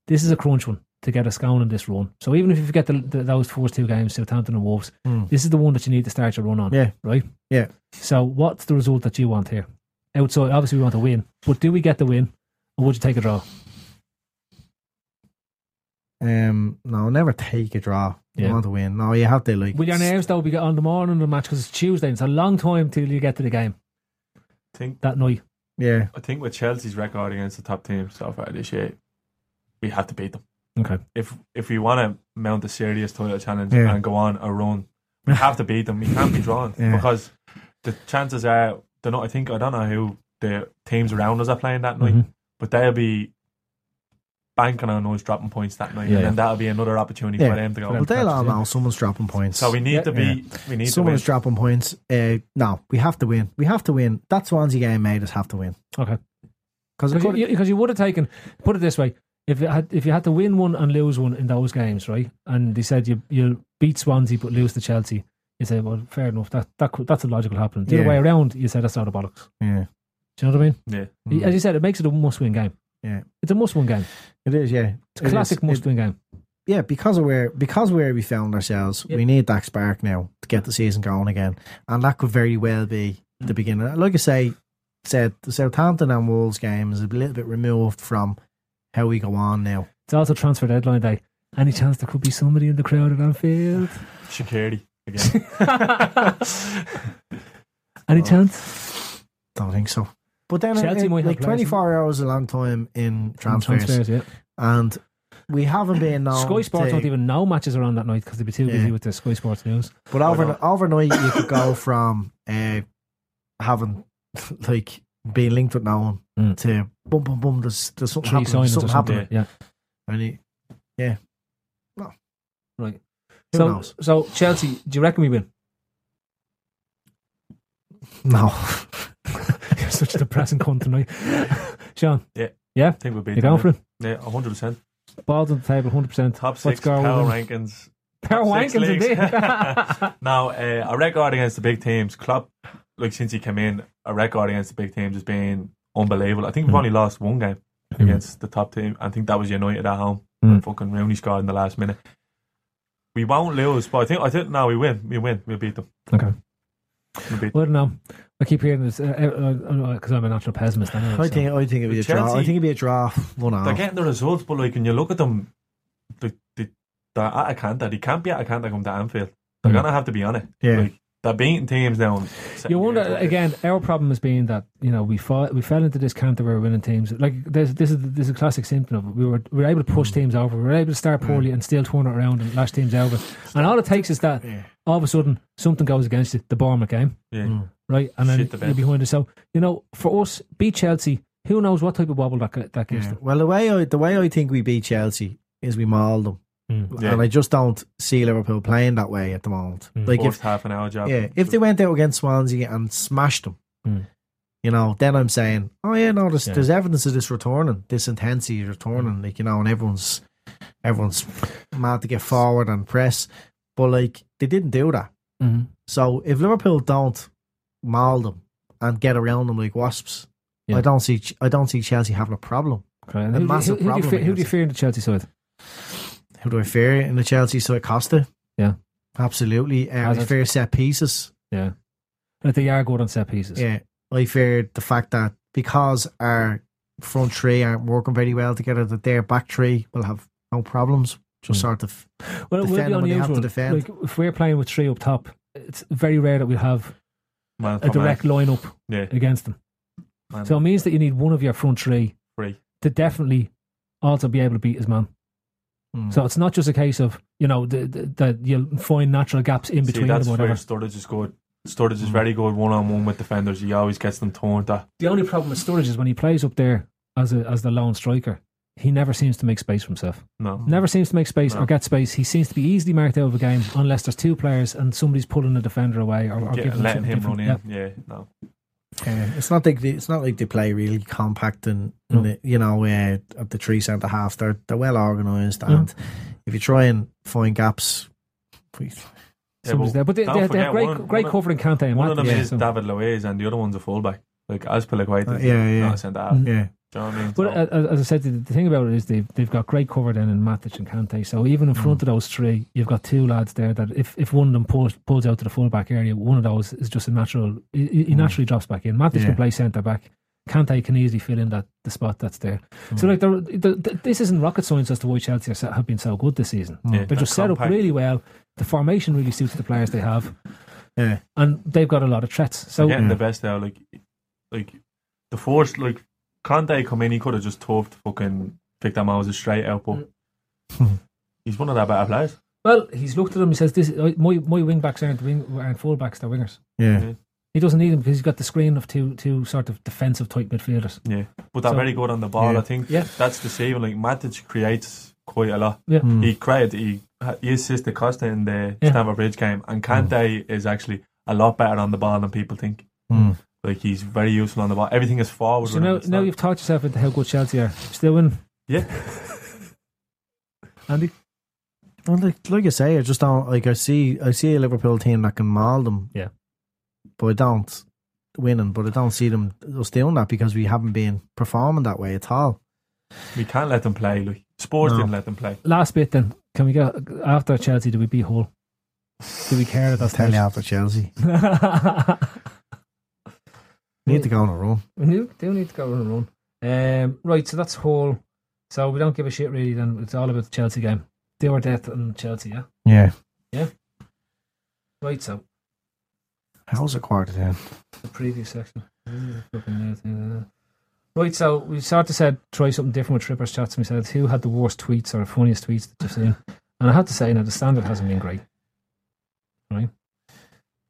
C: This is a crunch one. to get us going in this run. So even if you forget the, the, those first two games, Southampton and Wolves,
D: Mm.
C: this is the one that you need to start your run on.
D: Yeah.
C: Right?
D: Yeah.
C: So what's the result that you want here? Outside, obviously, we want to win, but do we get the win or would you take a draw?
D: Um, no, never take a draw. You
C: Yeah.
D: want to win. No, you have to like.
C: Will your nerves, though, be on the morning of the match because it's Tuesday and it's a long time till you get to the game
E: think
C: that night?
D: Yeah,
E: I think with Chelsea's record against the top teams so far this year, we have to beat them.
C: Okay.
E: If if we want to mount a serious title challenge
D: Yeah.
E: and go on a run, we have to beat them. We can't be drawn
D: Yeah.
E: because the chances are they're not. I think I don't know who the teams around us are playing that night,
C: Mhm.
E: but they'll be banking on us dropping points that night,
C: Yeah.
E: and then that'll be another opportunity
D: Yeah.
E: for them to go.
D: well, they'll all
C: practice, yeah.
D: know someone's dropping points.
E: So we need
C: Yeah.
E: to be. We need
D: someone's
E: to win.
D: dropping points. Uh, no, we have to win. We have to win. That Swansea game made us have to win
C: Okay.
D: because it
C: Because
D: could.
C: you, because you would have taken, put it this way, if you had if you had to win one and lose one in those games, right? And they said you you beat Swansea but lose to Chelsea, you say, well, fair enough. That that could, that's a logical happening. The
D: Yeah.
C: other way around, you say that's not a bollocks.
D: Yeah,
C: Do you know what I mean?
E: Yeah.
D: Mm.
C: As you said, it makes it a must-win game.
D: Yeah.
C: it's a must-win game.
D: it is. Yeah,
C: It's
D: It
C: a classic
D: is. It-
C: must-win game.
D: yeah, because of where because where we found ourselves,
C: Yep.
D: we need that spark now to get the season going again, and that could very well be the beginning. Like I say, said the Southampton and Wolves game is a little bit removed from how we go on now.
C: It's also transfer deadline day. Any chance there could be somebody in the crowd at Anfield?
E: Shaqiri again.
C: Any chance?
D: Don't think so. But then,
C: Chelsea
D: it,
C: might have
D: like
C: players,
D: twenty four hours, is a long time in transfers,
C: Transfers, yeah.
D: and we haven't been known.
C: Sky Sports
D: to-
C: don't even know matches are on that night because they'd be too busy
D: Yeah.
C: with the Sky Sports news.
D: But
E: Why
D: over,
E: not?
D: overnight, you could go from uh, having like being linked with no one
C: Mm.
D: to boom, boom, boom. There's there's something
C: Three
D: happening.
C: signings or
D: Something
C: something.
D: happening.
C: Yeah.
D: And you, yeah,
C: Right.
D: Who
C: so,
D: knows?
C: so Chelsea, do you reckon we win?
D: no,
C: You're such a depressing cunt tonight, Sean.
E: I think we'll beat
C: You going for
E: them.
C: it?
E: Yeah, hundred percent.
C: Balls on the table, hundred percent.
E: Top six power rankings.
C: Power
E: top six
C: wankers
E: leagues.
C: indeed.
E: Now, uh, a record against the big teams, Klopp, like since he came in, a record against the big teams has been unbelievable. I think we've only lost one game against the top team. I think that was United at home. when Fucking Rooney scored in the last minute. We won't lose, but I think I think no, we win. We win. We'll beat them.
C: Okay.
E: We'll beat them.
C: Well, no, I keep hearing this uh, because I'm a natural pessimist. Anyway,
D: I
C: so.
D: think I think it'd be a draw. I
E: Chelsea-
D: think it'd be a draw. One
E: They're
D: out.
E: getting the results, but like when you look at them, they, they, they're at Atlanta. They can't be at Atlanta come to Anfield. They're
C: Mm.
E: gonna have to be on it.
D: Yeah.
E: Like, they're beating teams now. in second
C: You
E: year,
C: wonder
E: third year.
C: again. Our problem has been that you know we fall, we fell into this camp that we were winning teams. Like this, this is this is a classic symptom of it. We were we were able to push teams over. We were able to start poorly and still turn it around and lash teams over. And all it takes is that
D: Yeah.
C: all of a sudden something goes against you. The Bournemouth game,
E: Yeah.
D: Mm.
C: right? And then
E: Shit the bed.
C: you're behind us. So you know, for us, beat Chelsea. Who knows what type of wobble that g- that gives
D: Yeah.
C: them?
D: Well, the way I the way I think we beat Chelsea is we maul them,
C: Mm.
E: Yeah.
D: and I just don't see Liverpool playing that way at the moment.
C: Mm.
D: Like if
E: First half an hour job.
D: Yeah, if they went out against Swansea and smashed them,
C: Mm.
D: you know, then I'm saying, oh yeah, no, there's,
C: Yeah.
D: there's evidence of this returning, this intensity is returning, like you know, and everyone's everyone's mad to get forward and press, but like they didn't do that.
C: Mhm.
D: So if Liverpool don't maul them and get around them like wasps,
C: Yeah.
D: I don't see I don't see Chelsea having a problem.
C: Okay. And
D: A
C: who, do-
D: massive
C: who, who, do you
D: problem
C: fear, who do you
D: against
C: fear in the Chelsea side?
D: Who do I fear in the Chelsea side? Costa,
C: Yeah.
D: absolutely. Uh, I
C: Hazard.
D: fear set pieces.
C: Yeah, that they are good on set pieces.
D: Yeah, I feared the fact that because our front three aren't working very well together, that their back three will have no problems. Just
C: Mm.
D: sort of
C: Well, it will
D: defend
C: be
D: them when they have to
C: unusual.
D: defend.
C: Like if we're playing with three up top, it's very rare that we have
E: man,
C: a
E: for man.
C: direct lineup
E: Yeah,
C: against them.
E: man,
C: So it means that you need one of your front three
E: free.
C: to definitely also be able to beat his man.
E: Hmm.
D: Mm.
C: So it's not just a case of you know the- the- that you'll find natural gaps in
E: See,
C: between
E: that's
C: them or whatever.
E: where Sturridge is good. Sturridge is very good one on one with defenders. He always gets them torn. That
C: The only problem with Sturridge is when he plays up there as a, as the lone striker, he never seems to make space for himself.
E: no,
C: Never seems to make space
E: Hmm. No.
C: or get space. He seems to be easily marked out of a game unless there's two players and somebody's pulling the defender away or, or
E: yeah,
C: giving them
E: letting
C: something
E: him
C: different.
E: run in.
C: Yeah.
E: Yeah, no.
D: uh, it's not like they, it's not like they play really compact and,
C: No.
D: and the, you know uh, at the three centre half they're they're well organised
C: Mm.
D: and if you try and find gaps, we-
E: Yeah,
C: Somebody's
E: well,
C: there. But they,
E: don't
C: they, they
E: forget
C: have great,
E: one-
C: great
E: one of-
C: cover in Kante. and
E: One of
C: Matic,
E: them
D: Yeah.
E: is
C: so-
E: David Luiz and the other one's a fullback. Like as Pilaquite,
D: Uh, yeah, yeah.
E: not a centre half.
D: yeah,
E: Do you know what I mean?
C: But uh,
E: So-
C: a- a- as I said, the- the thing about it is they've they've got great cover then in Matic and Kante. So even in front of those three, you've got two lads there that if, if one of them pulls pulls out to the fullback area, one of those is just a natural. He, he he naturally drops back in. Matic
G: Yeah.
C: can play centre back. Kante can easily fill in that the spot that's there. So like there, there, th- this isn't rocket science as to why Chelsea are, so- have been so good this season.
E: Yeah,
C: They're
E: that
C: just set up
E: compact.
C: really well. The formation really suits the players they have,
D: Yeah.
C: and they've got a lot of threats. So
E: getting the best out. Like, like the force. Like Kante come in, he could have just toughed fucking Victor Moses straight out, but
D: Mm-hmm.
E: he's one of their better players.
C: well, he's looked at them. He says, "This I- my my wing backs aren't wing aren't full backs. They're wingers."
D: Yeah.
C: He doesn't need them because he's got the screen of two two sort of defensive type midfielders.
E: Yeah, but they're
C: So-
E: very good on the ball.
D: Yeah.
E: I think
C: Yeah.
E: that's the saving. Like Matic creates quite a lot.
C: Yeah.
D: Hmm.
E: He created. He he assisted Costa in the
C: Yeah.
E: Stamford Bridge game, and
D: Hmm.
E: Kante is actually a lot better on the ball than people think. Like he's very useful on the ball. Everything is forward.
C: So
E: with him.
C: now,
E: It's
C: now
E: not-
C: you've taught yourself into how good Chelsea are. Still win,
E: yeah.
C: Andy.
D: Well, like, like I say, I just don't like. I see, I see a Liverpool team that can maul them.
C: Yeah.
D: but I don't winning. But I don't see them us doing that because we haven't been performing that way at all.
E: We can't let them play. Like Spurs
D: No.
E: didn't let them play.
C: Last bit then. Can we get after Chelsea? Do we beat Hull? Do we care at that
D: Tell
C: stage?
D: you after Chelsea, we
C: Yeah.
D: need to go on a run.
C: we do, do need to go on a run. Um, right, so that's Hull. So we don't give a shit really. Then it's all about the Chelsea game. They were death and Chelsea. Yeah.
D: Yeah,
C: Right. So
D: how's a quarter then?
C: the previous section. Fucking new thing, uh. Right, so we sort of said try something different with Tripper's chats, and we said who had the worst tweets or the funniest tweets that you've seen. And I have to say, now the standard hasn't been great, right?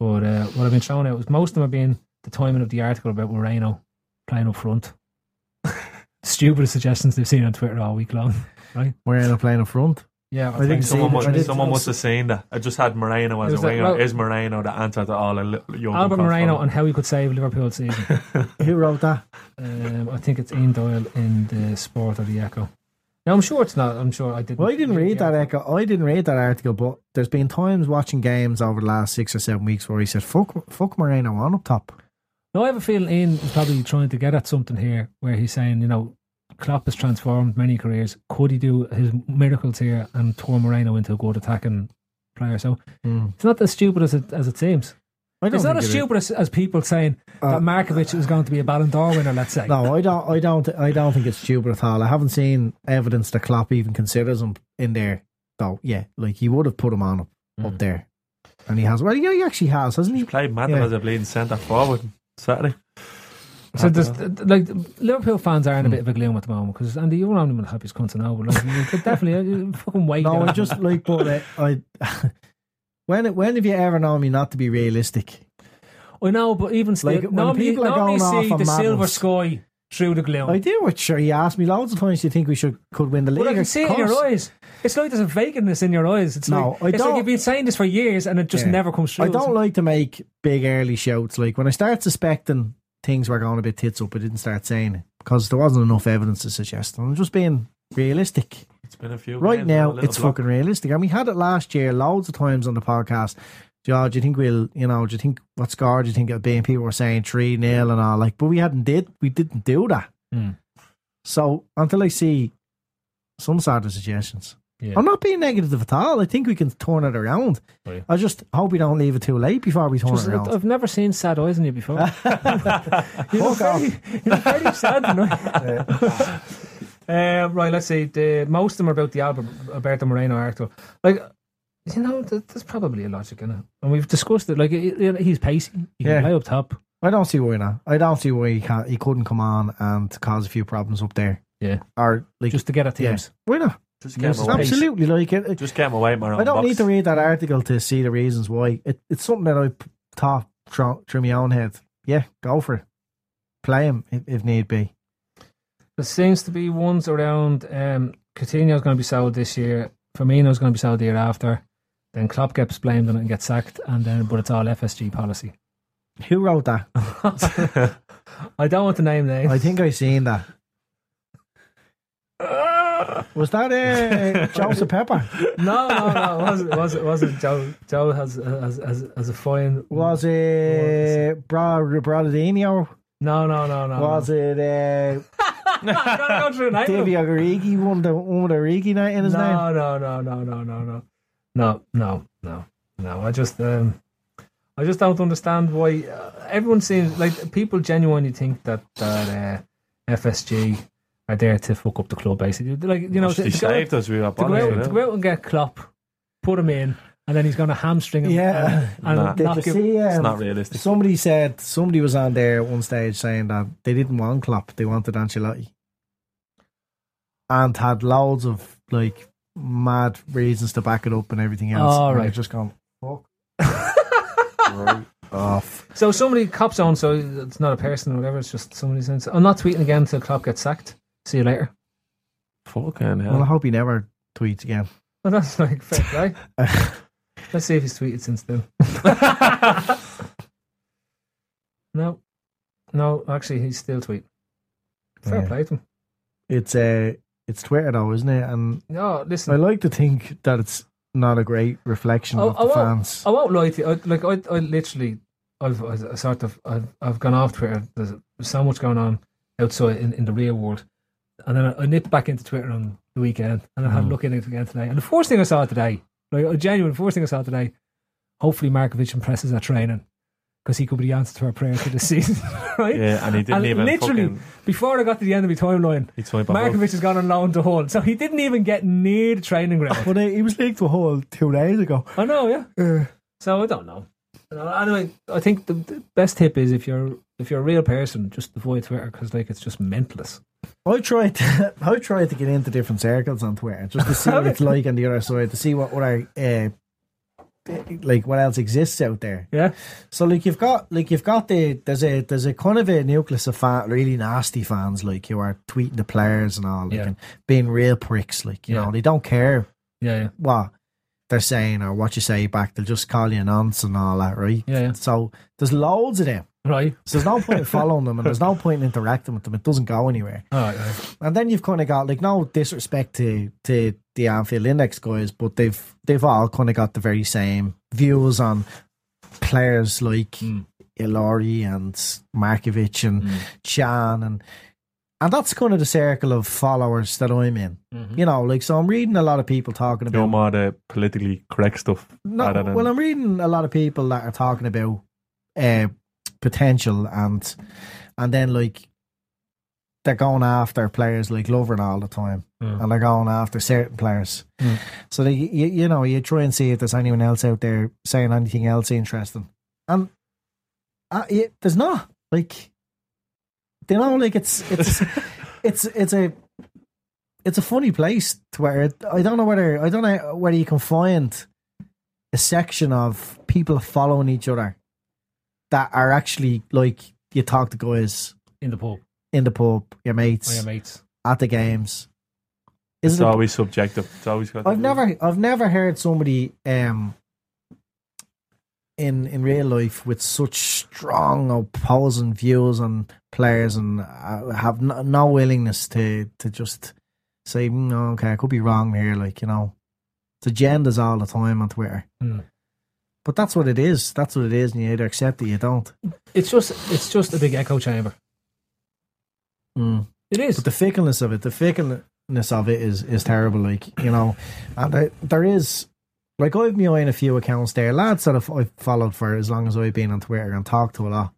C: But uh, what I've been throwing out was most of them have been the timing of the article about Moreno playing up front. Stupidest suggestions they've seen on Twitter all week long.
D: We're in a plane in front.
C: Yeah,
D: I think
E: Someone
D: See,
E: must,
D: I did-
E: someone must have seen that. I just had Moreno
C: It
E: as a
C: was like,
E: winger.
C: well-
E: is Moreno the answer to all? And li- Jurgen
C: Albert
E: Klopp's
C: Moreno
E: problem?
C: on how he could save Liverpool's season.
D: Who wrote that?
C: Um, I think it's Ian Doyle in the Sport or the Echo. Now I'm sure it's not. I'm sure I didn't.
D: Well, I didn't read
C: Yeah.
D: that echo. I didn't read that article, but there's been times watching games over the last six or seven weeks where he said, "Fuck, fuck Moreno on up top."
C: No, I have a feeling Ian is probably trying to get at something here, where he's saying, you know, Klopp has transformed many careers. Could he do his miracles here and turn Moreno into a good attacking player? So it's not as stupid as it as it seems.
D: Hmm. I don't
C: It's not
D: think
C: as
D: it is.
C: stupid as, as people saying
D: Uh,
C: that Markovic is going to be a Ballon d'Or winner. Let's say.
D: No, I don't. I don't. I don't think it's stupid at all. I haven't seen evidence that Klopp even considers him in there. Though, yeah, like he would have put him on up,
C: Hmm.
D: up there, and he has. Well, yeah, he actually has, hasn't he?
E: played Madden
D: Yeah.
E: as a bleeding centre forward Saturday.
C: So there's like Liverpool fans
D: Hmm.
C: are in a bit of a gloom at the moment because Andy, you're only one of the happiest cunts now, but like, you could definitely uh, fucking wait.
D: No,
C: out.
D: I just like. But uh, I. When when have you ever known me not to be realistic?
C: I know, but even still,
D: Like, when
C: normally,
D: people are
C: normally
D: going
C: see
D: off on
C: the silver
D: madness-
C: sky through the gloom.
D: I do. It sure. You asked me loads of times. Do you think we should could win the league?
C: Oh. but I can
D: Of
C: see it in your
D: course.
C: eyes. It's like there's a vagueness in your eyes. It's like,
D: No, I
C: it's like
D: don't-
C: you've been saying this for years and it just
D: Yeah.
C: never comes true.
D: I don't like to make big early shouts. Like when I start suspecting things were going a bit tits up, I didn't start saying it because there wasn't enough evidence to suggest. it. I'm just being realistic.
E: It's been a few.
D: Right
E: games, a
D: now,
E: little
D: it's
E: block.
D: fucking realistic. And we had it last year loads of times on the podcast. George, do you think we'll, you know, do you think what score do you think it'll be? And people were saying 3 0 and all like, but we hadn't did, we didn't do that.
C: Hmm.
D: So until I see some sort of suggestions,
C: Yeah.
D: I'm not being negative at all. I think we can turn it around.
C: Right.
D: I just hope we don't leave it too late before we turn
C: Just-
D: it around.
C: I've never seen sad eyes in you before. you look
D: Fuck off.
C: very, you look very sad tonight. Uh, right, let's see. The, most of them are about the Albert, Alberto Moreno article. Like, you know, th- there's probably a logic in it. And we've discussed it. Like, it- it- he's pacey. He can
D: Yeah.
C: play up top.
D: I don't see why not. I don't see why he, can't, he couldn't come on and cause a few problems up there.
C: Yeah.
D: Or like,
C: Just to get at
D: yeah.
C: teams.
D: why not?
E: Just came away.
D: Absolutely. Like, it, it-
E: Just came away. Moreno.
D: I don't
E: box.
D: need to read that article to see the reasons why. It, it's something that I p- thought through, through my own head. Yeah, go for it. Play him if, if need be.
C: There seems to be ones around um, Coutinho's going to be sold this year. Firmino's going to be sold the year after. Then Klopp gets blamed on it and gets sacked. And then, but it's all FSG policy.
D: Who wrote that?
C: I don't want to name names.
D: I think I seen that. Was that uh, Joseph Pepper?
C: no, no, no. It wasn't. It wasn't. It wasn't. Joe. Joe has has has, has a fine.
D: Was it Bra Bradadino?
C: No, no, no, no.
D: Was
C: no.
D: it uh,
C: gotta go through nine.
D: Davy Origi won the won the Origi night in his name.
C: no, no, no, no, no, no, no, no, no, no, no. I just, um, I just don't understand why uh, everyone seems like people genuinely think that that uh, FSG are there to fuck up the club. Basically, like you know,
E: They
C: to, to go, out-
E: saved us. We were
C: to go out,
E: bothered.
C: to go out and get Klopp, put him in, and then he's going to hamstring him.
D: Yeah.
C: uh, and
E: Nah.
D: Did
C: not
D: you
C: give-
D: see,
E: It's
D: um,
E: not realistic.
D: Somebody said somebody was on there at one stage saying that they didn't want Klopp, they wanted Ancelotti, and had loads of like mad reasons to back it up and everything else.
C: Oh,
D: and
C: right.
D: they're just gone fuck off.
C: So somebody cops on, so it's not a person or whatever. It's just somebody says, "I'm not tweeting again until Klopp gets sacked. See you later."
E: Fucking
D: Well, I
E: hell.
D: hope he never tweets again.
C: Well, that's like fair play. Let's see if he's tweeted since then. no, no, actually, he's still tweeting. Fair
D: Yeah.
C: play to him.
D: It's uh, it's Twitter though, isn't it? And
C: No, listen,
D: I like to think that it's not a great reflection
E: Oh,
C: I,
D: of
C: I
D: the
C: won't,
D: fans.
C: I won't lie to you. I, like I, I literally, I've I, I sort of, I've, I've gone off Twitter. There's so much going on outside in, in the real world, and then I, I nipped back into Twitter on the weekend, and I
E: Mm.
C: had a look at it again today. And the first thing I saw today, like a genuine first thing I saw today, hopefully Markovic impresses at training because he could be the answer to our prayer for this season, right?
E: Yeah, and he didn't even
C: literally
E: fucking-
C: before I got to the end of my timeline.
E: He told me about
C: Markovic has gone on loan to Hull, so he didn't even get near the training ground.
D: But uh, he was leaked to Hull two days ago.
C: I know, yeah. So I don't know. You know, Anyway, I think the, the best tip is if you're if you're a real person, just avoid Twitter because like it's just mentless.
D: I tried to, I tried to get into different circles on Twitter just to see what it's like on the other side, to see what what I uh, like what else exists out there.
C: Yeah,
D: So like you've got like you've got the there's a there's a kind of a nucleus of fan, really nasty fans like who are tweeting the players and all like,
C: Yeah.
D: and being real pricks like you
C: Yeah.
D: know they don't care
C: yeah, yeah.
D: what they're saying or what you say back they'll just call you a nonce and all that right
C: Yeah, yeah.
D: so there's loads of them
C: Right.
D: so there's no point in following them and there's no point in interacting with them it doesn't go anywhere
C: All right. All right.
D: and then you've kind of got like no disrespect to to the Anfield Index guys, but they've they've all kind of got the very same views on players like Ilori and Markovic and Chan and and that's kind of the circle of followers that I'm in. You know, like so I'm reading a lot of people talking
E: You're
D: about
E: more the politically correct stuff.
D: no,
E: rather than-
D: well, I'm reading a lot of people that are talking about uh, potential and and then like they're going after players like Lovren all the time, and they're going after certain players. So they, you, you know, you try and see if there's anyone else out there saying anything else interesting, and uh, yeah, there's not. Like, you know, like it's it's it's it's a it's a funny place to where I don't know whether I don't know whether you can find a section of people following each other that are actually like you talk to guys
C: In the pub,
D: in the pub, your
C: my
D: mates
C: mates.
D: at the games.
E: Oh, It's
D: Is it?
E: always subjective. It's always got. to
D: I've
E: be-
D: never I've never heard somebody um in in real life with such strong opposing views on players and uh, have no, no willingness to to just say "Mm, no, okay I could be wrong here like you know it's agendas all the time on Twitter.
C: Hmm.
D: But that's what it is. That's what it is, and you either accept it, or you don't.
C: It's just it's just a big echo chamber.
D: Mm.
C: It is.
D: But the fickleness of it, the fickleness of it is is terrible. Like you know, and there, there is like I've been on a few accounts there, lads that I've, I've followed for as long as I've been on Twitter and talked to a lot,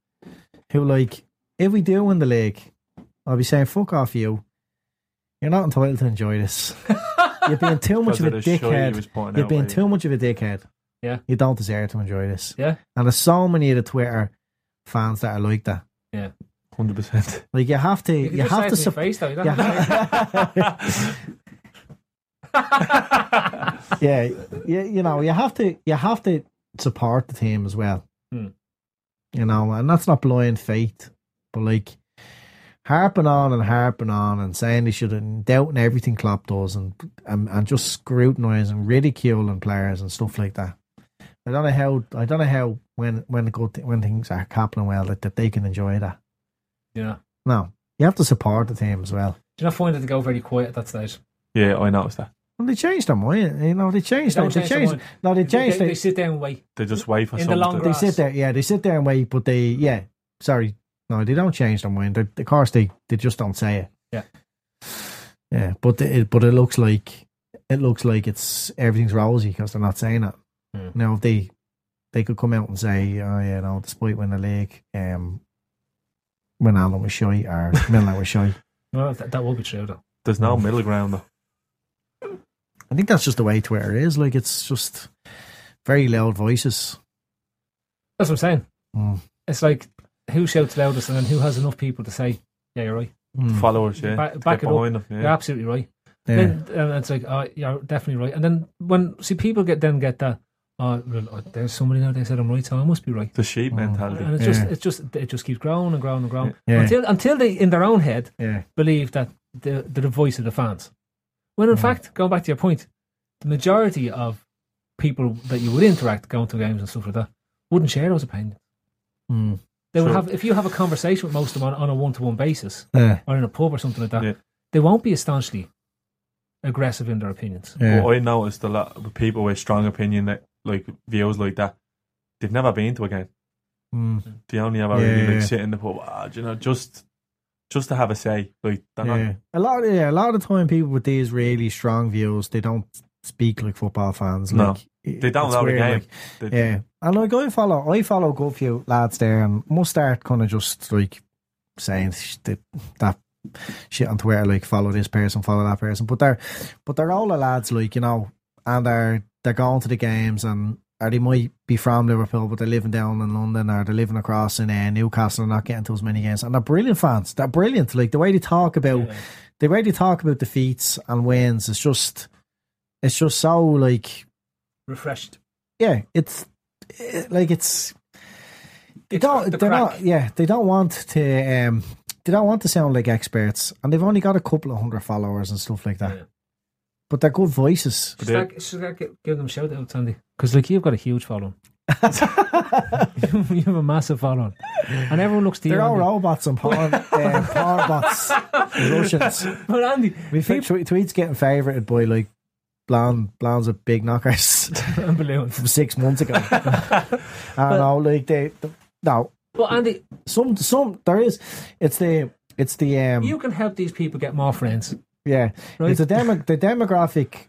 D: who like if we do win the league, I'll be saying fuck off you. You're not entitled to enjoy this. You're being too much
E: Because
D: of a
E: of the show you
D: dickhead.
E: was pointing
D: You're
E: out,
D: being
E: like-
D: too much of a dickhead.
C: Yeah.
D: You don't deserve to enjoy this.
C: yeah,
D: And there's so many of the Twitter fans that are like that.
C: yeah.
E: Hundred percent.
D: Like you have to, you,
C: can just say
D: have
C: it to
D: to
C: my
D: support.
C: face though. You don't
D: Yeah.
C: have to say
D: yeah, you, you know, you have to you have to support the team as well.
C: Hmm.
D: You know, and that's not blind faith, but like harping on and harping on and saying they should and doubting everything Klopp does and and, and just scrutinising, ridiculing players and stuff like that. I don't know how I don't know how when when good thi- when things are happening well that, that they can enjoy that.
C: it. yeah.
D: No, you have to support the team as well.
C: Do you not find that they go very quiet at that stage?
E: Yeah, I noticed that.
D: And they changed their mind. You know, they changed.
C: They
D: They,
C: don't
D: they
C: change their
D: changed.
C: mind.
D: No, they
C: They,
D: changed.
C: they,
D: their-
C: they sit there and wait.
E: They just wait for
C: In the
E: something.
C: long
D: they
C: grass.
D: sit there, yeah, they sit there and wait, but they, yeah, sorry, no, they don't change their mind. They, of course, they, they just don't say it.
C: Yeah.
D: yeah. But the, it, but it looks like it looks like it's everything's rosy because they're not saying it.
C: Mm.
D: Now if they they could come out and say, oh yeah, no, despite when the league, um, when Alan was shy or Milner was shy.
C: Well, that, that will be true though.
E: There's no middle ground though.
D: I think that's just the way Twitter is. Like it's just very loud voices.
C: That's what I'm saying.
D: Mm.
C: It's like who shouts loudest, and then who has enough people to say, "Yeah, you're right.
D: Mm.
E: Followers, yeah.
C: Back-
E: to
C: back it
E: get
C: up.
E: behind them,
C: You're
E: yeah.
C: absolutely right."
D: Yeah.
C: Then and it's like, "Oh, you're definitely right." And then when see people get then get that, "Oh, well, oh, there's somebody now. They said I'm right, so I must be right."
E: The sheep mentality.
C: Mm. And it's
D: Yeah.
C: just, it's just, it just keeps growing and growing and growing
D: Yeah.
C: until until they, in their own head,
D: yeah.
C: believe that they're, they're the voice of the fans. When in fact, going back to your point, the majority of people that you would interact going to games and stuff like that wouldn't share those opinions.
E: Hmm.
D: Mm.
C: They would
E: Sure.
C: have if you have a conversation with most of them on, on a one to one basis
D: Yeah.
C: or in a pub or something like that,
E: Yeah.
C: they won't be staunchly aggressive in their opinions.
D: Yeah.
E: But I noticed a lot of people with strong opinion that like views like that, they've never been to a game.
D: Mm.
E: They only ever
D: Yeah,
E: really
D: yeah.
E: like sit in the pub. Ah, do you know, just just to have a say. Like they're
D: Yeah.
E: not
D: A lot of, yeah, a lot of time people with these really strong views, they don't speak like football fans.
E: No.
D: Like,
E: they don't know the game. They-
D: yeah. And like I follow I follow a good few lads there and must start kind of just like saying sh- that, that shit on Twitter, like follow this person, follow that person. But they're but they're all the lads like, you know, and they're they're going to the games and or they might be from Liverpool, but they're living down in London, or they're living across in uh, Newcastle and not getting to as many games. And they're brilliant fans. They're brilliant. Like the way they talk about the way they talk about defeats and wins is just it's just so like
C: Refreshed.
D: yeah, it's it, like it's they
C: It's
D: don't
C: got the
D: they're
C: crack.
D: not yeah they don't want to um they don't want to sound like experts and they've only got a couple of hundred followers and stuff like that.
C: Yeah.
D: But they're good voices.
E: But
C: Should
E: they-
C: I, should I gi- give them shout outs, Andy? Because like you've got a huge following. you have a massive following, and everyone looks to you.
D: They're all
C: Andy.
D: robots and porn, uh, porn bots, Russians.
C: But Andy,
D: We think Tweed- Tweed's getting favoured by like blonde blondes with big knockers
C: I'm balloon.
D: from six months ago. I don't know, like they, the, no
C: But Andy,
D: some some there is. It's the it's the um
C: you can help these people get more friends.
D: Yeah,
C: Right?
D: it's a demo- the demographic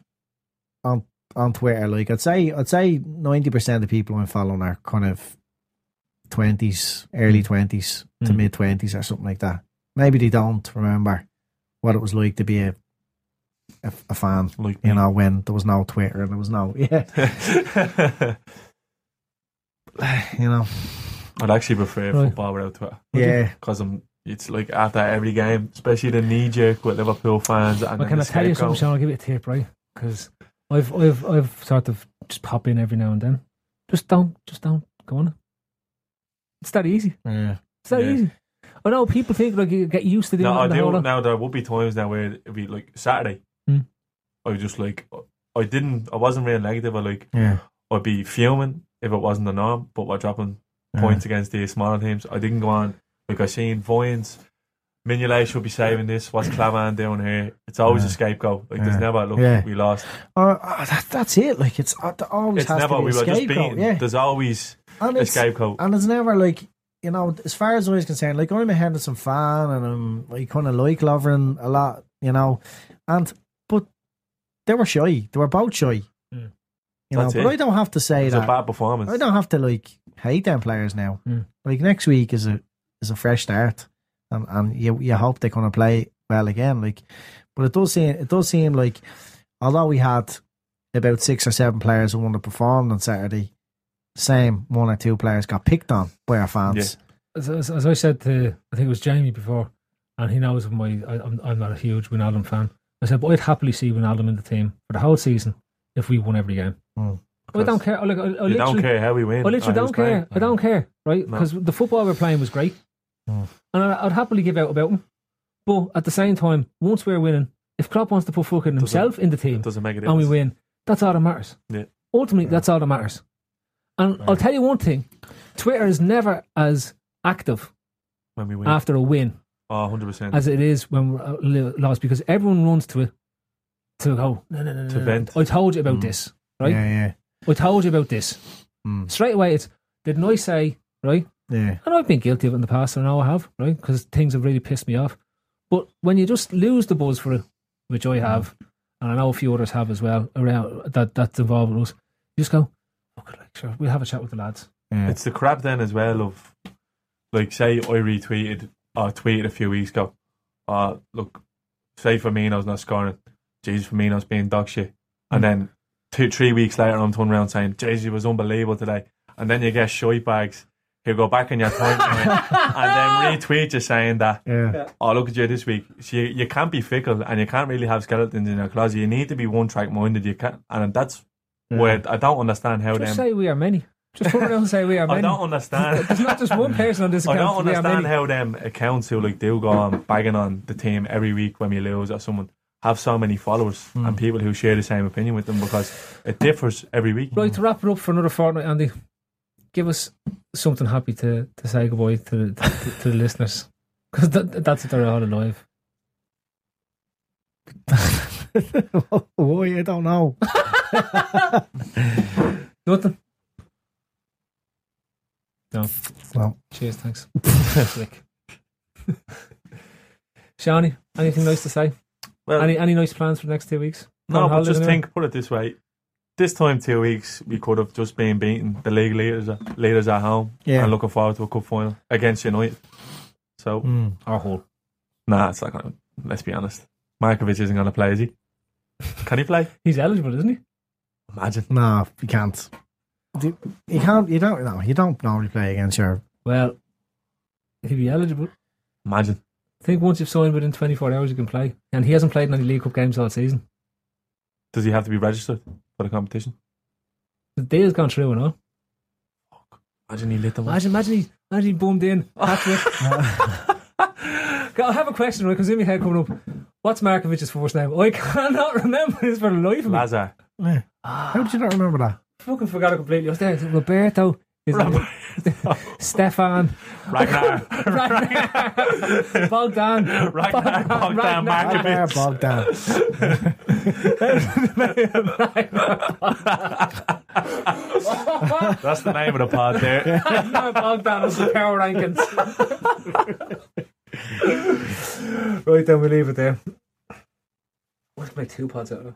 D: on on Twitter. Like I'd say, I'd say ninety percent of people I'm following are kind of twenties, early twenties to
C: Mm.
D: mid twenties or something like that. Maybe they don't remember what it was like to be a a, a fan.
E: Like
D: You know, when there was no Twitter and there was no yeah,
E: I'd
D: you know,
E: actually prefer
C: Right.
E: football without Twitter
D: yeah.
E: because I'm. It's like after every game, especially the knee jerk with Liverpool fans. And
C: Well,
E: then
C: can
E: the
C: I tell you something,
E: scapegoat.
C: Sean? I'll give you a tip, right? Because I've, I've, I've sort of just pop in every now and then. Just don't, just don't go on it. It's that easy.
D: yeah.
C: It's that
E: Yeah.
C: easy. I know people think like you get used to doing
E: No,
C: it
E: I
C: and the whole
E: do.
C: lot.
E: Now there will be times now where it'd be like Saturday.
C: Hmm.
E: I was just like I didn't. I wasn't really negative. I like
D: Yeah.
E: I'd be fuming if it wasn't the norm, but we're dropping points against the smaller teams. I didn't go on like I seen Vines. Mignolet should be saving this. What's Clavan doing here? It's always a scapegoat. Like there's
D: Yeah.
E: never look
D: Yeah.
E: we lost.
D: Oh, oh, that, that's it. Like it's uh, there always
E: It's
D: has
E: never
D: to be
E: we
D: a
E: were just
D: scapegoat.
E: beaten.
D: Yeah,
E: There's always
D: and
E: a
D: it's-
E: scapegoat.
D: And it's never like you know, as far as I was concerned, like I'm a Henderson fan and I'm I kinda like Lovren a lot, you know. And but they were shy. They were both shy.
C: Mm.
D: You know,
E: Hmm. That's
D: but
E: it.
D: I don't have to say
E: It's a
D: that.
E: bad performance.
D: I don't have to like hate them players now.
C: Mm.
D: Like next week is a is a fresh start and, and you you hope they're gonna play well again. Like but it does seem it does seem like although we had about six or seven players who underperformed on Saturday, same one or two players got picked on by our fans.
C: as, as, as I said to, I think it was Jamie before, and he knows my, I, I'm, I'm not a huge Wijnaldum fan. I said, but I'd happily see Wijnaldum in the team for the whole season if we won every game.
D: Mm.
C: I don't care. I, like, I, I
E: You don't
C: literally-
E: care how we win.
C: I
E: or
C: literally
E: who's
C: don't care.
E: playing.
C: I don't care, right?
E: No.
C: Because the football we're playing was great,
D: Mm.
C: and I, I'd happily give out about him. But at the same time, once we're winning, if Klopp wants to put fucking himself in the team
E: It doesn't make it.
C: and we win, that's all that matters.
E: Yeah.
C: Ultimately, that's all that matters. And I'll tell you one thing: Twitter is never as active
E: when we win.
C: after a win
E: Oh, 100 percent.
C: as it is when we're uh, li- lost because everyone runs to it to go. No, no, no, no,
E: To
C: no.
E: vent. Mm.
C: I told you about this, right?
D: Yeah, yeah.
C: I told you about this.
D: Mm.
C: Straight away, it's didn't I say right?
D: Yeah.
C: And I've been guilty of it in the past, I know I have, right? Because things have really pissed me off. But when you just lose the buzz for it, which I have, and I know a few others have as well, around that that's involved with us, you just go, okay, like, sure, we'll have a chat with the lads.
E: It's the crap then as well of like say I retweeted or tweeted a few weeks ago. Uh look, say Firmino's not scoring. Jesus Firmino's being dog shit.
C: Hmm.
E: And then two three weeks later I'm turning around saying, Jesus was unbelievable today. And then you get shite bags who go back in your timeline and then retweet you saying that
D: Yeah.
E: oh, look at you this week. So you, you can't be fickle and you can't really have skeletons in your closet. You need to be one track minded. You can't, and that's where I don't understand how
C: Hmm. Just
E: them.
C: say we are many. Just turn around and say we are
E: I
C: many.
E: don't understand.
C: There's not just one person on this
E: I
C: account.
E: don't
C: we are
E: understand
C: many.
E: how them accounts who like do go on bagging on the team every week when we lose or someone have so many followers
C: Hmm.
E: and people who share the same opinion with them because it differs every week.
C: Right, to wrap it up for another fortnight, Andy, give us something happy to, to say goodbye to, to, to the listeners. Because that, that's what they're all alive.
D: oh, I don't know.
C: Nothing? No.
D: No.
C: Cheers, thanks. Slick. Shani, anything nice to say?
E: Well,
C: Any any nice plans for the next two weeks?
E: Uh, no,
C: On
E: but
C: holiday
E: just
C: anywhere?
E: think, put it this way. This time two weeks we could have just been beating the league leaders leaders at home
D: Yeah.
E: and looking forward to a cup final against United. So
C: Our whole.
E: Nah, it's not going to. Let's be honest. Markovic isn't going to play, is he? Can he play?
C: He's eligible, isn't he?
E: Imagine.
D: No, you can't. You you can't. You don't. No, you don't normally play against your.
C: Well, he'll be eligible.
E: Imagine.
C: I think once you've signed within 24 hours, you can play. And he hasn't played in any League Cup games all season.
E: Does he have to be registered for the competition?
C: The deal's gone through and all.
E: Imagine he lit them up.
C: Imagine, imagine he, imagine he bummed in. Patrick. I have a question, right? Because in my head coming up, what's Markovic's first name? I cannot remember this for the life of me.
E: Lazar.
D: Yeah. How did you not remember that?
C: fucking forgot it completely. I was there. it's Roberto. Is Stefan.
E: Ragnar.
C: Ragnar. Bogdan.
E: Ragnar Bogdan
D: Ragnar
E: Markovic.
D: Bogdan.
E: That's the name of the pod there.
C: Ragnar Bogdan is the power rankings. right then, we leave it there. What's my two pods out of?